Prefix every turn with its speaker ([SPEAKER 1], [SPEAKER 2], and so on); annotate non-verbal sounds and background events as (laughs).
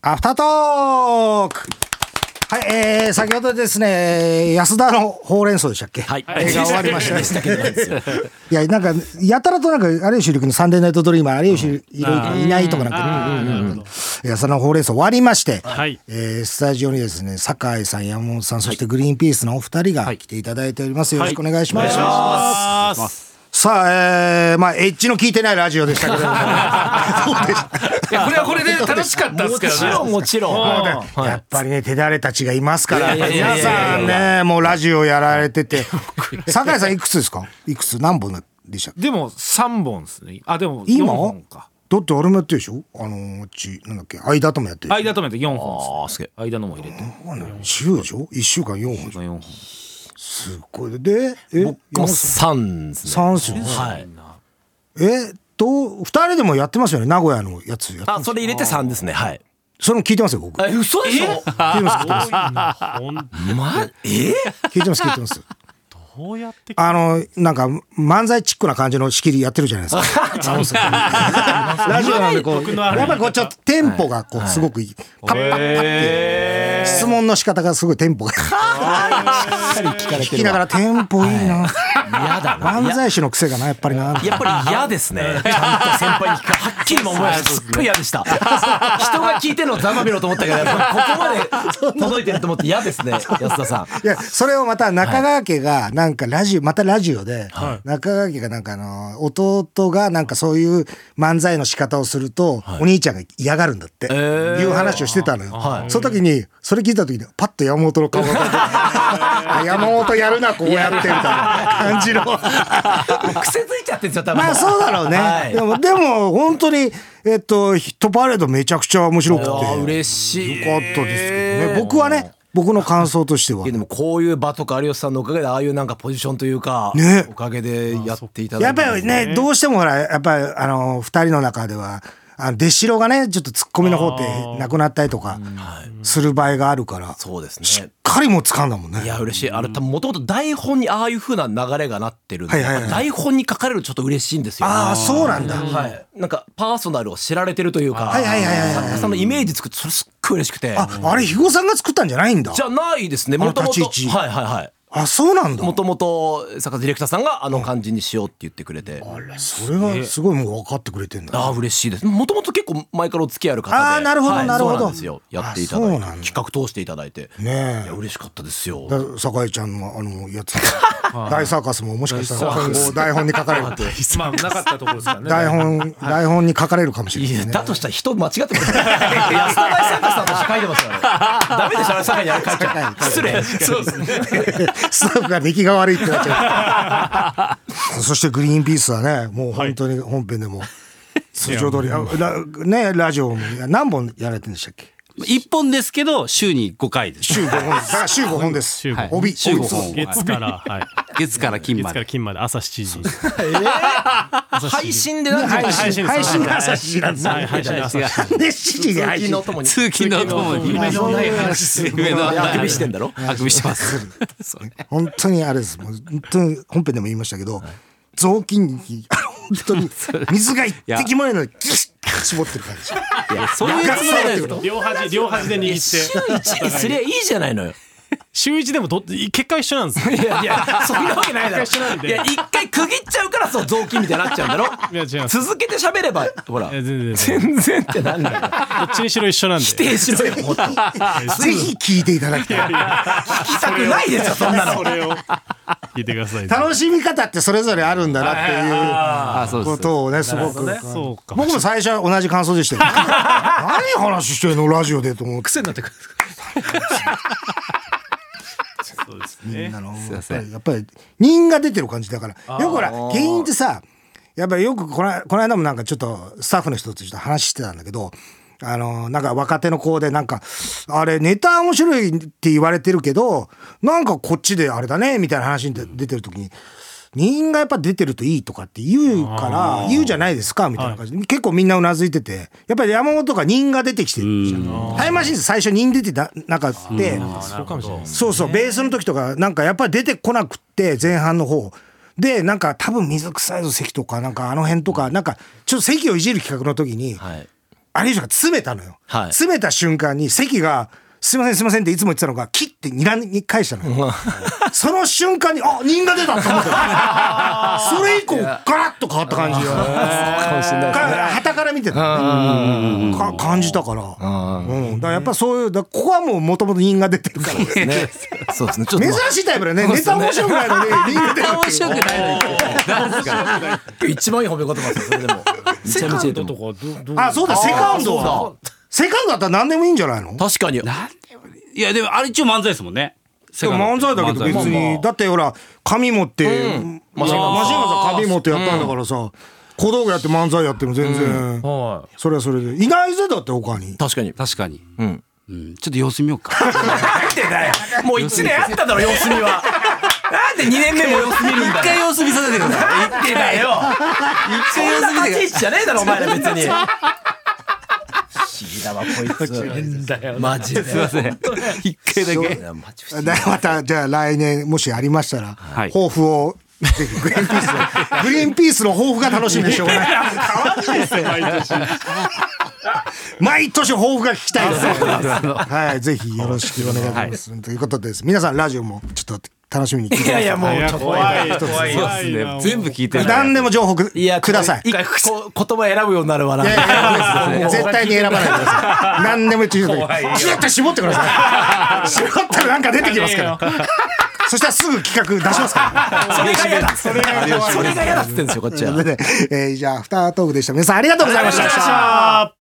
[SPEAKER 1] アフタートークはい、えー、先ほどですね、安田のほうれん草でしたっけ、
[SPEAKER 2] はい
[SPEAKER 1] 映画終わりましたね。
[SPEAKER 2] けどなんですよ
[SPEAKER 1] いや、なんか、やたらとなんか、有吉弘行のサンデーナイトドリーマー、有吉弘行いないとかなんか、安田のほうれん草終わりまして、
[SPEAKER 3] はい
[SPEAKER 1] えースタジオにですね、酒井さん、山本さん、そしてグリーンピースのお二人が来ていただいております。よろしくお願いします。
[SPEAKER 3] あ
[SPEAKER 1] さあ、えー、まあ、エッジの効いてないラジオでしたけれども。 (laughs) そうでした
[SPEAKER 3] いやこれはこれで楽しかったですけど
[SPEAKER 2] もちろん
[SPEAKER 3] ね
[SPEAKER 2] もちろん
[SPEAKER 1] やっぱりね手だれたちがいますから
[SPEAKER 2] いや
[SPEAKER 1] 皆
[SPEAKER 2] いやいやいや
[SPEAKER 1] さんねもうラジオやられてて酒井さんいくつですかいくつ何本でしたっけ
[SPEAKER 4] でも3本ですねあでも4
[SPEAKER 1] 今
[SPEAKER 4] 本か
[SPEAKER 1] だって俺もやってるでしょあのうちなんだっけ間ともやってるでし
[SPEAKER 4] 間止めて4本
[SPEAKER 2] あ
[SPEAKER 4] です
[SPEAKER 2] すげえ
[SPEAKER 4] 間のも入れて
[SPEAKER 1] ょ週でしょ1週間4本でしょ
[SPEAKER 4] 4本
[SPEAKER 1] すごいでえ
[SPEAKER 2] 僕も3ですね
[SPEAKER 1] 3っすよね
[SPEAKER 2] はい
[SPEAKER 1] えっと2人でもやってますよね名古屋のやつやっ
[SPEAKER 2] あそれ入れて3ですねはい
[SPEAKER 1] それも聞いてますよ僕聞い
[SPEAKER 2] え嘘でしょ
[SPEAKER 1] てます聞いてます
[SPEAKER 2] まえ
[SPEAKER 1] 聞いてます聞いてます
[SPEAKER 3] こうやって
[SPEAKER 1] あのなんか漫才チックな感じの仕切りやってるじゃないですか。あのラジオなんでこうやっぱりこうちょっとテンポがこうすごくいいパッパッパって質問の仕方がすごいテンポが (laughs) 聞きながらテンポいいな。
[SPEAKER 2] 嫌だな
[SPEAKER 1] 漫才師の癖がなやっぱりな。
[SPEAKER 2] やっぱり嫌です (laughs) ね。ちゃんと先輩に聞くはっきり今思いました。すっごい嫌で (laughs) した。人が聞いてるのざまみろと思ったけど、やっぱここまで届いてると思って嫌ですね、安田さ
[SPEAKER 1] い
[SPEAKER 2] ん。
[SPEAKER 1] やそれをまた中川家がなんかラジオまたラジオで中川家がなんかあの弟がなんかそういう漫才の仕方をするとお兄ちゃんが嫌がるんだっていう話をしてたのよ
[SPEAKER 2] は。い
[SPEAKER 1] その時にそれ聞いた時にパッと山本の顔が浮かんで
[SPEAKER 2] (laughs)
[SPEAKER 1] あ山本やるなこうやってみたいな感じの。
[SPEAKER 2] 癖づいちゃってるんですよ、多
[SPEAKER 1] (laughs)
[SPEAKER 2] 分。
[SPEAKER 1] まあそうだろうね。
[SPEAKER 2] はい
[SPEAKER 1] でもでも本当にえっとヒットパレードめちゃくちゃ面白くて。
[SPEAKER 2] あー
[SPEAKER 1] よ
[SPEAKER 2] 嬉しい。
[SPEAKER 1] かったですけどね。僕はね僕の感想としてはい
[SPEAKER 2] や。でもこういう場とか有吉さんのおかげでああいうなんかポジションというか、
[SPEAKER 1] ね
[SPEAKER 2] おかげでやっていただ
[SPEAKER 1] や
[SPEAKER 2] い
[SPEAKER 1] ってぱりねどうしてもほらやっぱりあの二人の中ではあの出城がねちょっとツッコミの方ってなくなったりとかする場合があるからし
[SPEAKER 2] そうですね
[SPEAKER 1] っかりもう掴んだもんね
[SPEAKER 2] いや嬉しいあれ多分もともと台本にああいう風な流れがなってるん
[SPEAKER 1] は
[SPEAKER 2] で、
[SPEAKER 1] いはいはい
[SPEAKER 2] 台本に書かれるとちょっと嬉しいんですよ
[SPEAKER 1] ああそうなんだ
[SPEAKER 2] はい、なんかパーソナルを知られてるというか、
[SPEAKER 1] はいはいはいはい
[SPEAKER 2] 作家さんのイメージ作ってそれすっごい嬉しくて
[SPEAKER 1] ああれ肥後さんが作ったんじゃないんだ
[SPEAKER 2] じゃないですね
[SPEAKER 1] あの
[SPEAKER 2] もともと
[SPEAKER 1] 立ち位置
[SPEAKER 2] はいはいはい
[SPEAKER 1] あそうなんだ
[SPEAKER 2] もともと坂ディレクターさんがあの感じにしようって言ってくれて
[SPEAKER 1] それがすごいもう分かってくれてんだ
[SPEAKER 2] ああ嬉しいですもともと結構前からお付き合いある方で
[SPEAKER 1] あーなるほど
[SPEAKER 2] はい
[SPEAKER 1] なるほど
[SPEAKER 2] そうなんですよやっていただい
[SPEAKER 1] あそう
[SPEAKER 2] て
[SPEAKER 1] なんだ
[SPEAKER 2] 企画通していただいて
[SPEAKER 1] ねえ
[SPEAKER 2] いや嬉しかったですよ
[SPEAKER 1] だ酒井ちゃんのあの (laughs) やつ大サーカスももしかしたら今後台本に書かれる
[SPEAKER 4] まあなかったところですからね
[SPEAKER 1] 台本台本に書かれるかもしれ
[SPEAKER 2] い
[SPEAKER 1] な
[SPEAKER 2] や
[SPEAKER 1] いね
[SPEAKER 2] だとしたら人間違ってますよ安田大サーカスさんとして書いてますからねダメでしょあれ酒井にあれ書いちゃう失礼
[SPEAKER 3] そうですね
[SPEAKER 1] (laughs) スタッフが出来が悪いってなっちゃ (laughs) うそしてグリーンピースはねもう本当に本編でも通常通り、あラねラジオも何本やられてるんでしたっけ
[SPEAKER 5] 一本ですけど週に5回です
[SPEAKER 1] 週5本 (laughs) ですだから週5本です
[SPEAKER 3] 週五本
[SPEAKER 1] 帯
[SPEAKER 5] 週
[SPEAKER 1] 帯
[SPEAKER 5] 5本
[SPEAKER 3] 月からはい
[SPEAKER 5] 月から金
[SPEAKER 3] 月
[SPEAKER 5] ま
[SPEAKER 3] から
[SPEAKER 5] で
[SPEAKER 3] 金まで朝7時
[SPEAKER 2] 配信でなんか
[SPEAKER 1] 配信配信が朝7時なんですよ
[SPEAKER 3] はい配信朝7時
[SPEAKER 1] なんで7時で配信
[SPEAKER 2] のともに
[SPEAKER 5] 通勤のともに
[SPEAKER 2] 夢のない話
[SPEAKER 5] 夢の
[SPEAKER 2] あくびしてんだろ
[SPEAKER 5] あくびしてますそうね
[SPEAKER 1] 本当にあれですもう本当に本編でも言いましたけど雑巾に (laughs) あの本当に水が一滴もないのにギシッ絞ってる感じ
[SPEAKER 5] そういうつもりはないです
[SPEAKER 3] 両端両端で
[SPEAKER 2] 週
[SPEAKER 3] 握って
[SPEAKER 2] 1にすりゃいいじゃないのよ。
[SPEAKER 3] 週一でもど結果一緒なんですよ
[SPEAKER 2] いやいや、そんなわけないだろ。
[SPEAKER 3] 一緒なんで
[SPEAKER 2] いや、一回区切っちゃうから、そう、雑巾みたいになっちゃうんだろ。
[SPEAKER 3] いや違います
[SPEAKER 2] 続けて喋れば、ほら
[SPEAKER 3] いや。全然全然
[SPEAKER 2] 全然ってなんだよ。
[SPEAKER 3] どっちにしろ一緒なんで
[SPEAKER 2] 否定しろよ、もっと。聞
[SPEAKER 1] ぜひ聞いていただきたい
[SPEAKER 2] きたくないですよ、そんなの
[SPEAKER 3] そ。れを聞いてください
[SPEAKER 1] 楽しみ方ってそれぞれあるんだなっていう
[SPEAKER 5] あそうで
[SPEAKER 1] こ
[SPEAKER 5] す
[SPEAKER 1] とをねすごく
[SPEAKER 3] そうか
[SPEAKER 1] 僕も最初は同じ感想でしたよ何話してんのラジオでと思って
[SPEAKER 2] 癖になってくる。
[SPEAKER 3] そうですね
[SPEAKER 1] あのやっぱりやっぱり人が出てる感じだからよくほら芸人ってさやっぱりよくこのこの間もなんかちょっとスタッフの人とちょっと話してたんだけどあのなんか若手の子でなんか「あれネタ面白い」って言われてるけどなんかこっちであれだねみたいな話に出出てる時に。人がやっぱ出てるといいとかって言うから言うじゃないですかみたいな感じで、結構みんなうなずいててやっぱり山本が人が出てきてるじゃんタイムマシーンズ最初人出てななかった
[SPEAKER 3] そうかもしれないです
[SPEAKER 1] そうそう、ベースの時とか、なんかやっぱり出てこなくって、前半の方。で、なんか多分水臭いぞ、席とか、なんかあの辺とか、なんか、ちょっと席をいじる企画の時に、
[SPEAKER 2] はい。
[SPEAKER 1] 有吉が詰めたのよ、
[SPEAKER 5] はい
[SPEAKER 1] 詰めた瞬間に関が「すいませんすいません」っていつも言ってたのがキッてにらみ返したのよ (laughs) その瞬間に「あ人が出た!」と思ってそれ以降ガラッと変わった感じがはたから見てたのねか感じたからうんだからやっぱそういうだからここはもうもともと人が出てるからですね
[SPEAKER 5] ね。そうですね。ちょっと
[SPEAKER 1] 珍
[SPEAKER 5] まあ。
[SPEAKER 1] しいタイプだよねネタ面白くないのに (laughs) 人が出てるって
[SPEAKER 5] 面
[SPEAKER 1] いう
[SPEAKER 5] 白くない。
[SPEAKER 2] 一番いい褒め言葉ですよそれでも
[SPEAKER 5] めちゃめちゃいいと思う。
[SPEAKER 4] こどどう
[SPEAKER 1] あそうだセカンドはセカンドだったら何でもいいんじゃないの
[SPEAKER 5] 確かに。いやでもあれ一応漫才ですもんね。
[SPEAKER 1] でも漫才だけど別にだってほら紙持って、マシンガンさん紙持ってやったんだからさ、小道具やって漫才やっても全然、
[SPEAKER 4] はい
[SPEAKER 1] それはそれでいないぜだって他に
[SPEAKER 2] 確かに
[SPEAKER 5] 確かに。うん。ちょっと様子見ようか。
[SPEAKER 2] もう一年あっただろ様子見はなんで二年目も様子見るん
[SPEAKER 5] 一
[SPEAKER 2] だ
[SPEAKER 5] 回様子見させてください。
[SPEAKER 2] 言ってだよ
[SPEAKER 5] 一
[SPEAKER 2] そん
[SPEAKER 5] 回様
[SPEAKER 2] な
[SPEAKER 5] 子見
[SPEAKER 2] 立ち位置
[SPEAKER 5] てください。
[SPEAKER 2] じゃねえだろお前ら別に不思議だわこいつ変だよ
[SPEAKER 5] (laughs)
[SPEAKER 2] マジです
[SPEAKER 5] いません。一回だけ。
[SPEAKER 2] マジ不
[SPEAKER 1] (laughs)
[SPEAKER 2] 思
[SPEAKER 1] だからまたじゃあ来年もしありましたら、
[SPEAKER 5] い
[SPEAKER 1] 抱負をぜひグリーンピース (laughs) のグリーンピースの抱負が楽しみでしょうがない毎年抱負が聞きたいですねはいぜひよろしくお願いします、ということです皆さんラジオもちょっと楽しみに聞いてく
[SPEAKER 2] 議
[SPEAKER 1] ださい
[SPEAKER 2] も
[SPEAKER 3] いや怖い怖い
[SPEAKER 5] そうですね
[SPEAKER 3] な
[SPEAKER 5] 全部聞いてない。
[SPEAKER 1] 何でも情報く
[SPEAKER 2] いや
[SPEAKER 1] ください
[SPEAKER 2] 一回こ言葉選ぶようになるわない
[SPEAKER 1] やいや選ばないです絶対に選ばないでください。何でも言ってください。ギュッと絞ってください。絞ったらなんか出てきますから。そしたらすぐ企画出しますから。
[SPEAKER 2] それが嫌だそれが嫌だそれが嫌だっつってんですよこっちは
[SPEAKER 1] ということで、えーじゃあ、アフタートークでした。皆さんありがとうございました。